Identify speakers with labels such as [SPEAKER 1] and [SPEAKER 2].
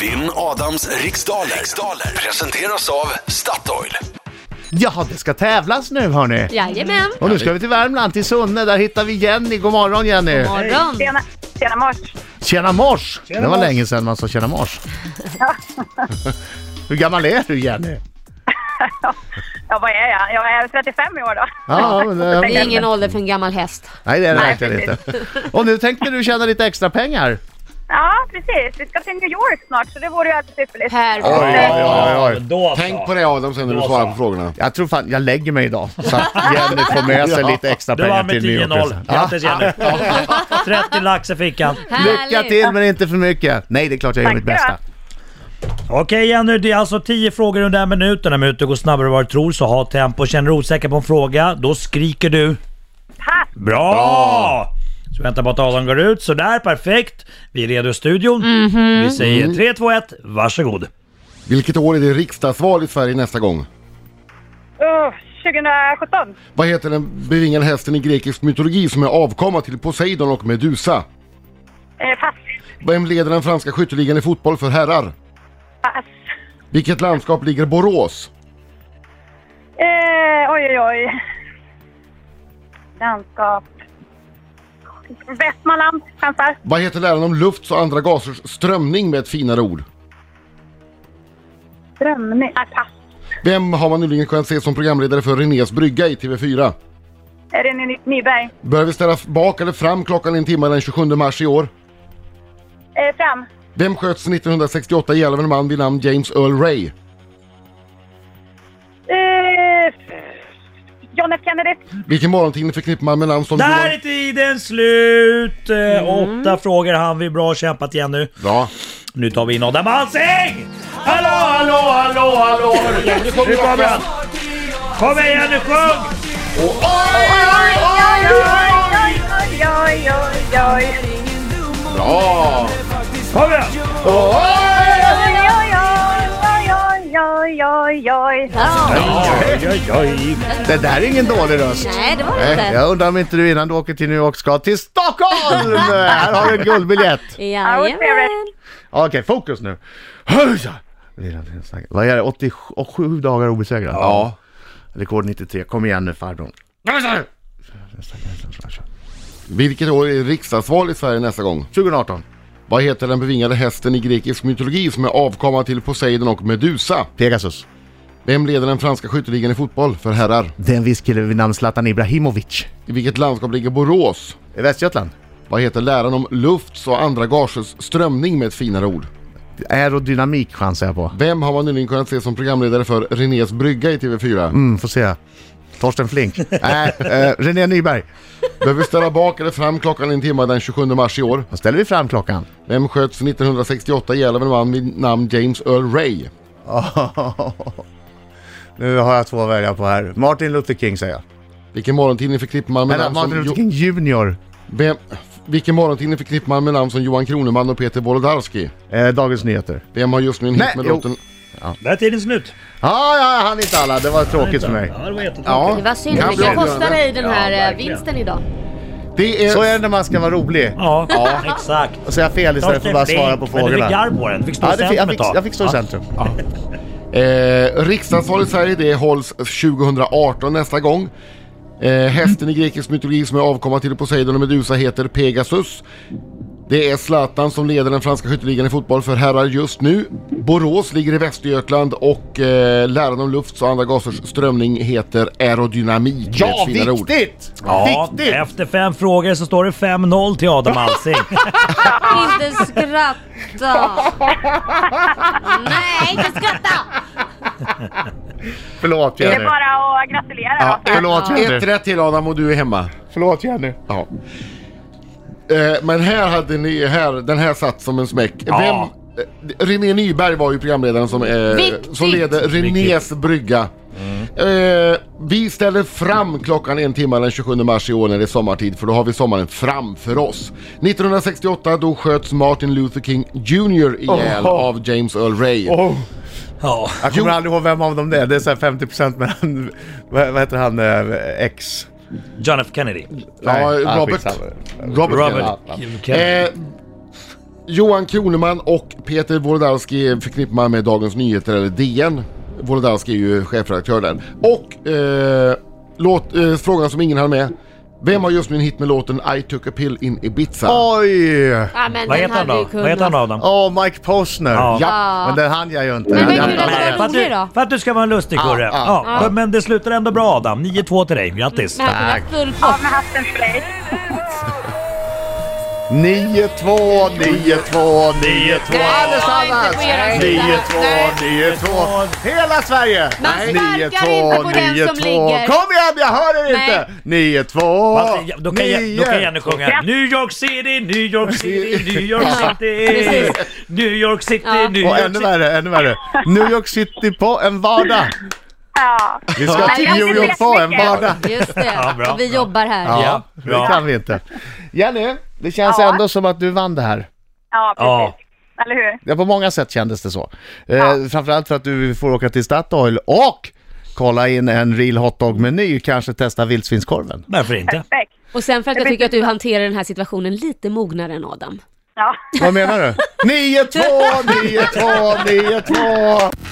[SPEAKER 1] Vinn Adams riksdaler. riksdaler presenteras av Statoil.
[SPEAKER 2] Jaha, det ska tävlas nu hörni.
[SPEAKER 3] Jajamän.
[SPEAKER 2] Och nu ska vi till Värmland, till Sunne. Där hittar vi Jenny. God morgon Jenny.
[SPEAKER 3] Morgon.
[SPEAKER 4] Tjena, tjena Mars.
[SPEAKER 2] Tjena mors! Det var länge sedan man sa tjena mors. Hur gammal är du Jenny?
[SPEAKER 4] Ja, vad är jag? Jag är 35 i år då.
[SPEAKER 2] Ja, men, eh,
[SPEAKER 3] Det är ingen ålder för en gammal häst.
[SPEAKER 2] Nej det är det
[SPEAKER 4] Nej,
[SPEAKER 2] verkligen inte.
[SPEAKER 4] precis.
[SPEAKER 2] Och nu tänkte du tjäna lite extra pengar.
[SPEAKER 4] Ja, precis. Vi ska till New York snart, så det vore ju alldeles ypperligt.
[SPEAKER 3] Perfekt.
[SPEAKER 2] oj, oj, oj.
[SPEAKER 5] Då så.
[SPEAKER 6] Tänk på det Adam sen när du
[SPEAKER 5] Då
[SPEAKER 6] svarar
[SPEAKER 5] så.
[SPEAKER 6] på frågorna.
[SPEAKER 2] Jag tror fan jag lägger mig idag så att Jenny får med sig lite extra
[SPEAKER 5] Du
[SPEAKER 2] pengar
[SPEAKER 5] vann med
[SPEAKER 2] till New York.
[SPEAKER 5] 10-0.
[SPEAKER 2] Ja.
[SPEAKER 5] Grattis Jenny. 30 lax i fickan.
[SPEAKER 2] Lycka
[SPEAKER 3] Härligt.
[SPEAKER 2] till men inte för mycket. Nej det är klart jag gör
[SPEAKER 4] Tack
[SPEAKER 2] mitt bästa.
[SPEAKER 5] Okej Jenny, det är alltså 10 frågor under en minut. Den här minuten går snabbare än vad du tror, så ha tempo. Känner du osäker på en fråga, då skriker du.
[SPEAKER 4] Pass.
[SPEAKER 5] Bra! Så vänta på att Adam går ut. Sådär, perfekt. Vi är redo i studion. Vi säger 3, 2, 1, varsågod.
[SPEAKER 6] Vilket år är det riksdagsval i Sverige nästa gång?
[SPEAKER 4] Uh, 2017.
[SPEAKER 6] Vad heter den bevingade hästen i grekisk mytologi som är avkomma till Poseidon och Medusa?
[SPEAKER 4] Eh, pass.
[SPEAKER 6] Vem leder den franska skytteligan i fotboll för herrar?
[SPEAKER 4] Pass.
[SPEAKER 6] Vilket landskap ligger Borås?
[SPEAKER 4] Eh, oj, oj, oj. Landskap. Västmanland, chansar.
[SPEAKER 6] Vad heter läran om lufts och andra gasers strömning med ett finare ord?
[SPEAKER 4] Strömning. Nej, pass.
[SPEAKER 6] Vem har man nyligen kunnat se som programledare för Renés brygga i TV4?
[SPEAKER 4] Är det Ny- Nyberg?
[SPEAKER 6] Bör vi ställa bak eller fram klockan en timme den 27 mars i år?
[SPEAKER 4] Eh, fram.
[SPEAKER 6] Vem sköts 1968 ihjäl av en man vid namn James Earl Ray?
[SPEAKER 4] Eh, John F Kennedy.
[SPEAKER 6] Vilken morgontidning förknippar man med namn som
[SPEAKER 5] Där är tiden slut! Eh, Åtta frågor hann vi. Bra kämpat Jenny.
[SPEAKER 6] Bra.
[SPEAKER 5] Nu tar vi in Adam Alsing! Hallå, hallå, hallå, hallå! Nu kommer han! Kom igen nu, sjung!
[SPEAKER 4] Oj, oj, oj, oj, oj, oj, oj.
[SPEAKER 6] Bra!
[SPEAKER 5] Kom igen!
[SPEAKER 4] Oj, oj, oj, oj, oj, oj, oj.
[SPEAKER 5] Oj, oj, oj.
[SPEAKER 2] Det där är ingen dålig röst.
[SPEAKER 3] Nej, det var det
[SPEAKER 2] Nej,
[SPEAKER 3] inte.
[SPEAKER 2] Eh, jag undrar om inte du innan du åker till New York ska till Stockholm! Här har du en guldbiljett!
[SPEAKER 3] Jajamän.
[SPEAKER 2] Okej, fokus nu. Höjsa! Vad är det? 87 dagar obesegrad?
[SPEAKER 6] Ja.
[SPEAKER 2] Rekord 93. Kom igen nu farbrorn.
[SPEAKER 6] Vilket år är det riksdagsval i Sverige nästa gång?
[SPEAKER 2] 2018.
[SPEAKER 6] Vad heter den bevingade hästen i grekisk mytologi som är avkomma till Poseidon och Medusa?
[SPEAKER 2] Pegasus.
[SPEAKER 6] Vem leder den franska skytteligan i fotboll för herrar?
[SPEAKER 2] Det är en viss kille vid namn Zlatan Ibrahimovic.
[SPEAKER 6] I vilket landskap ligger Borås?
[SPEAKER 2] I Västgötland.
[SPEAKER 6] Vad heter läran om lufts och andra gasers strömning med ett finare ord?
[SPEAKER 2] Aerodynamik chansar jag på.
[SPEAKER 6] Vem har man nyligen kunnat se som programledare för Renés brygga i TV4?
[SPEAKER 2] Mm, får se. Torsten Flink. Nej, eh, René Nyberg.
[SPEAKER 6] Behöver ställa bak eller fram klockan en timme den 27 mars i år?
[SPEAKER 2] Då ställer vi fram klockan.
[SPEAKER 6] Vem sköts 1968 ihjäl av en man vid namn James Earl Ray?
[SPEAKER 2] nu har jag två att välja på här. Martin Luther King säger jag.
[SPEAKER 6] Vilken morgontidning förknippar man med
[SPEAKER 2] Eller
[SPEAKER 6] namn som...
[SPEAKER 2] Martin Luther King
[SPEAKER 6] Jo-
[SPEAKER 2] Junior.
[SPEAKER 6] Vem, vilken morgontidning förknippar man med namn som Johan Kroneman och Peter Wolodarski?
[SPEAKER 2] Eh, Dagens Nyheter.
[SPEAKER 6] Vem har just nu en hit
[SPEAKER 2] Nej,
[SPEAKER 6] med
[SPEAKER 2] jo.
[SPEAKER 6] låten...
[SPEAKER 5] Där är tiden slut.
[SPEAKER 2] Ja, ja, han inte alla. Det var tråkigt för mig.
[SPEAKER 5] Ja, det var jättetråkigt.
[SPEAKER 3] Det var synd,
[SPEAKER 6] Kan
[SPEAKER 3] men
[SPEAKER 6] bli
[SPEAKER 3] jag
[SPEAKER 6] avgörande.
[SPEAKER 3] kostar dig den här eh,
[SPEAKER 5] verkligen.
[SPEAKER 3] vinsten idag.
[SPEAKER 6] Det är...
[SPEAKER 2] Så är det när man ska vara rolig
[SPEAKER 5] Ja, exakt.
[SPEAKER 2] och säga fel istället för att bara svara på
[SPEAKER 5] Men du fick
[SPEAKER 2] frågorna.
[SPEAKER 5] garv på den. Du fick stå
[SPEAKER 2] Ja,
[SPEAKER 5] i
[SPEAKER 2] det fick, jag,
[SPEAKER 5] centrum
[SPEAKER 2] fick,
[SPEAKER 5] ett tag.
[SPEAKER 2] jag fick stå i centrum.
[SPEAKER 6] Eh, riksdagsvalet i Sverige det hålls 2018 nästa gång. Eh, hästen i grekisk mytologi som är avkomma till Poseidon och Medusa heter Pegasus. Det är Zlatan som leder den franska skytteligan i fotboll för herrar just nu. Borås ligger i Västergötland och eh, läran om lufts och andra gasers strömning heter aerodynamik. Det är
[SPEAKER 2] Ja,
[SPEAKER 6] ett finare ord.
[SPEAKER 2] viktigt!
[SPEAKER 5] Ja,
[SPEAKER 2] Viktigt!
[SPEAKER 5] efter fem frågor så står det 5-0 till Adam Alsing.
[SPEAKER 3] Inte skratta! Nej, inte skratta!
[SPEAKER 2] Förlåt
[SPEAKER 4] Det är
[SPEAKER 2] Jenny.
[SPEAKER 4] bara att gratulera.
[SPEAKER 6] Ja,
[SPEAKER 4] då.
[SPEAKER 2] Förlåt
[SPEAKER 6] Ett
[SPEAKER 2] Jenny.
[SPEAKER 6] rätt till Adam och du är hemma.
[SPEAKER 2] Förlåt Jenny.
[SPEAKER 6] Ja. Eh, men här hade ni, här, den här satt som en smäck.
[SPEAKER 5] Ja.
[SPEAKER 6] Vem, eh, René Nyberg var ju programledaren som, eh,
[SPEAKER 3] Viktigt.
[SPEAKER 6] som leder Renés brygga.
[SPEAKER 2] Mm.
[SPEAKER 6] Eh, vi ställer fram klockan en timme den 27 mars i år när det är sommartid för då har vi sommaren framför oss. 1968 då sköts Martin Luther King Jr ihjäl
[SPEAKER 2] Oho.
[SPEAKER 6] av James Earl Ray.
[SPEAKER 5] Ja.
[SPEAKER 2] Jag kommer aldrig ihåg vem av dem det är. Det är så här 50% mellan... Vad vad heter han? eh, X?
[SPEAKER 5] John F Kennedy.
[SPEAKER 6] Ja,
[SPEAKER 2] Nej, ah,
[SPEAKER 6] Robert.
[SPEAKER 2] skitsamma.
[SPEAKER 6] Robert.
[SPEAKER 5] Robert
[SPEAKER 6] Kennedy.
[SPEAKER 5] Kennedy.
[SPEAKER 6] Eh, Johan Kroneman och Peter Wolodarski förknippar man med Dagens Nyheter eller DN. Wolodarski är ju chefredaktör där. Och eh, låt, eh, frågan som ingen hann med. Vem har just nu en hit med låten I took a pill in Ibiza?
[SPEAKER 2] Oj!
[SPEAKER 3] Ja, men
[SPEAKER 5] Vad
[SPEAKER 3] den
[SPEAKER 5] heter han
[SPEAKER 3] hade ju
[SPEAKER 5] då? Vad heter han
[SPEAKER 3] kunnat.
[SPEAKER 5] då Adam?
[SPEAKER 2] Åh, Mike Posner.
[SPEAKER 5] Ja.
[SPEAKER 6] Ja.
[SPEAKER 2] Men den hann jag ju inte.
[SPEAKER 3] Men vad
[SPEAKER 2] Jag
[SPEAKER 3] kul
[SPEAKER 2] hade-
[SPEAKER 3] att-
[SPEAKER 5] Nej,
[SPEAKER 3] var
[SPEAKER 5] för, att
[SPEAKER 3] rolig
[SPEAKER 5] du,
[SPEAKER 3] då.
[SPEAKER 5] för att du ska vara en lustig kurre. Ja,
[SPEAKER 6] ah,
[SPEAKER 5] Men det slutar ändå bra Adam. 9-2 till dig. Grattis.
[SPEAKER 3] Men han kunde haft full
[SPEAKER 4] Av
[SPEAKER 3] pott.
[SPEAKER 4] med hatten för dig.
[SPEAKER 2] 9-2, 9-2, 9-2.
[SPEAKER 3] Nej,
[SPEAKER 2] Allesammans!
[SPEAKER 3] inte på er
[SPEAKER 2] 9-2, 9-2. Hela Sverige!
[SPEAKER 3] Man
[SPEAKER 2] Nej.
[SPEAKER 3] sparkar inte på den som
[SPEAKER 2] 9-2.
[SPEAKER 3] ligger.
[SPEAKER 2] Kom igen, jag hör er inte! 9-2,
[SPEAKER 5] Fast, ja, Då kan, jag, då kan jag nu sjunga New York City, New York City, New York City
[SPEAKER 3] Precis.
[SPEAKER 5] New York City,
[SPEAKER 3] Ja.
[SPEAKER 5] New
[SPEAKER 2] Och
[SPEAKER 5] York
[SPEAKER 2] ännu
[SPEAKER 5] City
[SPEAKER 2] värre, ännu värre. New York City på en vardag.
[SPEAKER 4] Ja.
[SPEAKER 2] Vi ska till New York på en vardag.
[SPEAKER 3] Just det.
[SPEAKER 5] Ja, bra.
[SPEAKER 3] Och vi jobbar här.
[SPEAKER 5] Ja,
[SPEAKER 2] Ja,
[SPEAKER 5] bra.
[SPEAKER 2] det kan vi inte. Jenny, det känns
[SPEAKER 4] Ja.
[SPEAKER 2] ändå som att du vann det här.
[SPEAKER 4] Ja,
[SPEAKER 5] Ja.
[SPEAKER 4] precis. Eller hur?
[SPEAKER 2] Ja, på många sätt kändes det så. Eh, framförallt för att du får åka till Statoil och kolla in en real hotdog-meny, kanske testa vildsvinskorven.
[SPEAKER 5] Varför inte?
[SPEAKER 4] Perfekt.
[SPEAKER 3] Och sen för att jag tycker att du hanterar den här situationen lite mognare än Adam.
[SPEAKER 4] Ja.
[SPEAKER 2] Vad menar du? 9-2, 9-2, 9-2!